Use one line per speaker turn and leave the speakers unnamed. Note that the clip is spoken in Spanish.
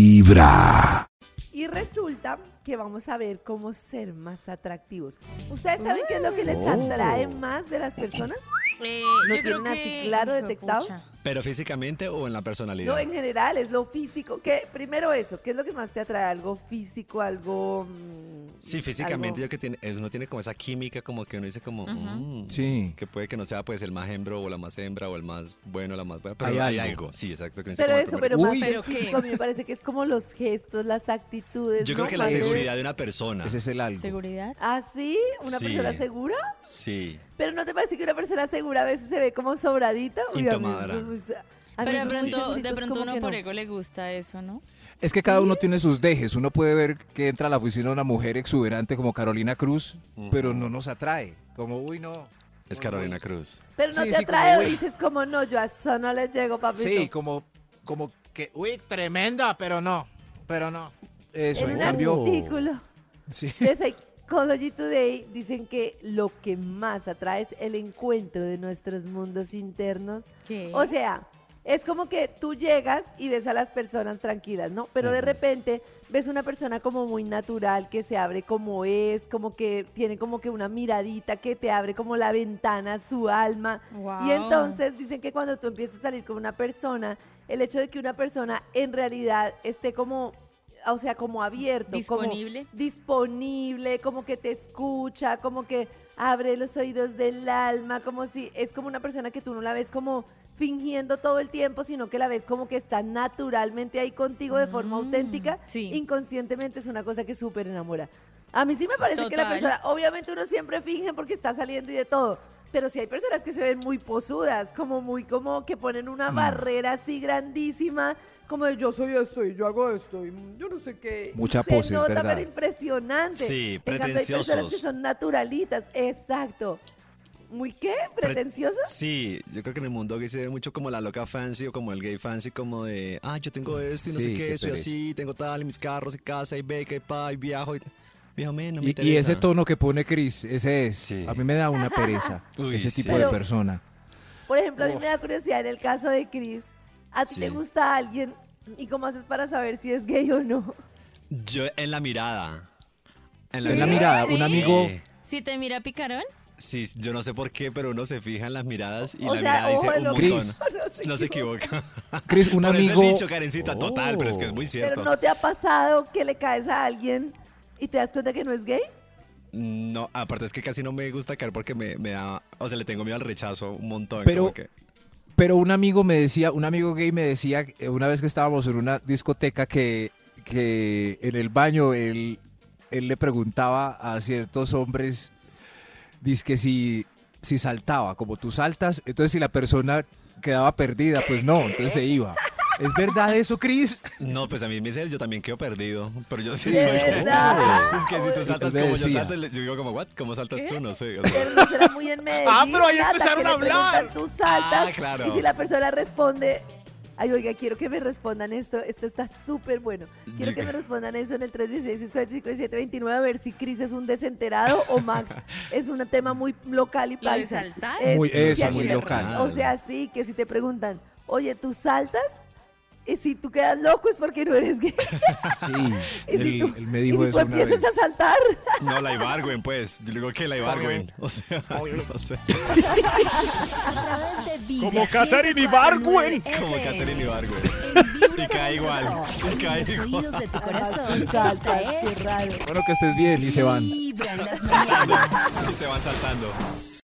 vibra.
Y resulta que vamos a ver cómo ser más atractivos. ¿Ustedes saben qué es lo que les
Mm. Oh.
atrae más de las personas?
Eh,
¿Lo
yo creo
tienen así
que-
claro
Hijo de
detectado?
pucha.
¿Pero físicamente o en la personalidad?
No, en general, es lo físico. ¿Qué? Primero eso, ¿qué es lo que más te atrae? ¿Algo físico, algo...? mm,
Sí, físicamente
algo-
yo que tiene, es- uno tiene como esa química como que uno dice como "Mm",
Sí.
que puede que no sea pues el más hembro o la más hembra o el más bueno, la más buena, pero
Hay
hay,
algo.
algo. sí, exacto. que uno dice
Pero
como
eso,
primero-
pero más
Uy.
que
¿Pero qué?
físico, a mí me parece que es como los gestos, las actitudes.
Yo creo
¿no?
que la
Más de-
seguridad de una persona.
Ese es el algo.
¿Seguridad?
¿Ah, sí? ¿Una
Sí.
persona segura?
Sí.
Pero ¿no te parece que una persona segura a veces se ve como sobradita? a mí
Intomada.
eso es- a mí
Pero de
esos
pronto, de
chistecitos
pronto
como
uno
que
por
no.
ego le gusta eso, ¿no?
Es que cada uno tiene sus dejes. Uno puede ver que entra a la oficina una mujer exuberante como Carolina Cruz, pero no nos atrae. Como, uy, no.
Es Carolina Cruz.
Pero no
Sí,
te
sí, como,
atrae o
"Uy".
dices como, no, yo a eso no le llego, papito.
Sí, como, como que, uy, tremenda, pero no. Pero no. Eso,
en
en
un
cambio.
artículo
Sí.
de Psychology Today dicen que lo que más atrae es el encuentro de nuestros mundos internos.
¿Qué?
O sea, es como que tú llegas y ves a las personas tranquilas, ¿no? Pero de repente ves una persona como muy natural, que se abre como es, como que tiene como que una miradita que te abre como la ventana a su alma. Y
Guau.
entonces dicen que cuando tú empiezas a salir con una persona, el hecho de que una persona en realidad esté como, o sea, como abierto, como-
Disponible.
disponible, como que te escucha, como que abre los oídos del alma, como si es como una persona que tú no la ves como fingiendo todo el tiempo, sino que la ves como que está naturalmente ahí contigo de forma
Mm,
auténtica,
sí.
inconscientemente es una cosa que súper enamora. A mí sí me parece que la
Total.
persona, obviamente uno siempre finge porque está saliendo y de todo, pero sí hay personas que se ven muy posudas, como muy como que ponen una
Mm.
barrera así grandísima, como de yo soy esto y yo hago esto y yo no sé qué. Y
Mucha
se
pose, es
nota, pero
verdad.
impresionante.
Sí,
En cambio, Hay personas que
pretenciosos.
son naturalitas, exacto. ¿Muy qué? ¿Pretenciosas?
Sí, yo creo que en el mundo gay se ve mucho como la loca fancy o como el gay fancy, como de, ah, yo tengo esto y no
Sí,
sé qué,
qué
soy
pereza.
así, tengo tal, y mis carros y casa y beca y pa, y viajo y... Viejo, men, no
Y,
me
y
interesa.
ese tono que pone Chris, ese es.
Sí.
A mí me da una pereza.
Uy,
ese
sí.
tipo de
Pero-
persona.
Por ejemplo, a mí me da curiosidad en el caso de Chris. ¿A ti
Sí.
te gusta alguien? ¿Y cómo haces para saber si es gay o no?
Yo en la mirada.
En la mirada, un
Sí.
amigo.
Sí.
Si te mira picarón,
Eh, Sí, yo no sé por qué, pero uno se fija en las miradas y
O
la
sea,
mirada
ojo de
dice un
loco,
montón.
no se
No se equivoca.
Chris, un
Por eso
amigo.
he dicho, Karencita, total, pero es que es muy
Oh. Pero
cierto.
¿no te ha pasado que le caes a alguien y te das cuenta que no es gay?
No, aparte es que casi no me gusta caer porque me, me da, o sea, le tengo miedo al rechazo un montón.
Pero-
como que-
Pero un amigo me decía, un amigo gay me decía eh, una vez que estábamos en una discoteca que, que en el baño él, él le preguntaba a ciertos hombres, dizque si, si saltaba, como tú saltas, entonces si la persona quedaba perdida, pues no, entonces se iba. ¿Es verdad eso, Chris?
no, pues a mí me dice, yo también quedo perdido, pero yo sí
¿De
soy como-
verdad?
Es que si tú saltas
Me
como yo
decía.
salto, le- yo digo como, what, ¿cómo saltas tú? No sé. o sea,
Pero no será muy en medio.
Ah, pero ahí empezaron a hablar.
Tú saltas.
Ah, claro.
Y si la persona responde, ay, oiga, quiero que me respondan esto. Esto está súper bueno. Quiero que me
Llega.
respondan eso en el 316-645-1729 a ver si Chris es un desenterado o Max es un tema muy local y
Lo de
paisa.
saltar.
Muy-
si
eso,
a ti
muy
te-
local.
O sea, sí, que si te preguntan, oye, ¿tú saltas? Y si tú quedas loco es porque no eres gay.
Sí,
Y si
él,
tú,
él me
y
dijo
si tú
eso una
empiezas
vez.
a saltar,
no, la Ibargüen, pues. Yo le digo que la Ibargüen. O sea, no sé.
Como Katherine Ibargüen.
Como Catherine Ibargüen. Y cae igual, y cae igual.
Oídos de tu corazón. este
tú
Esta
saltas,
es
qué raro.
Bueno, que estés bien y se van.
Vibra en las mañanas.
Y se van saltando.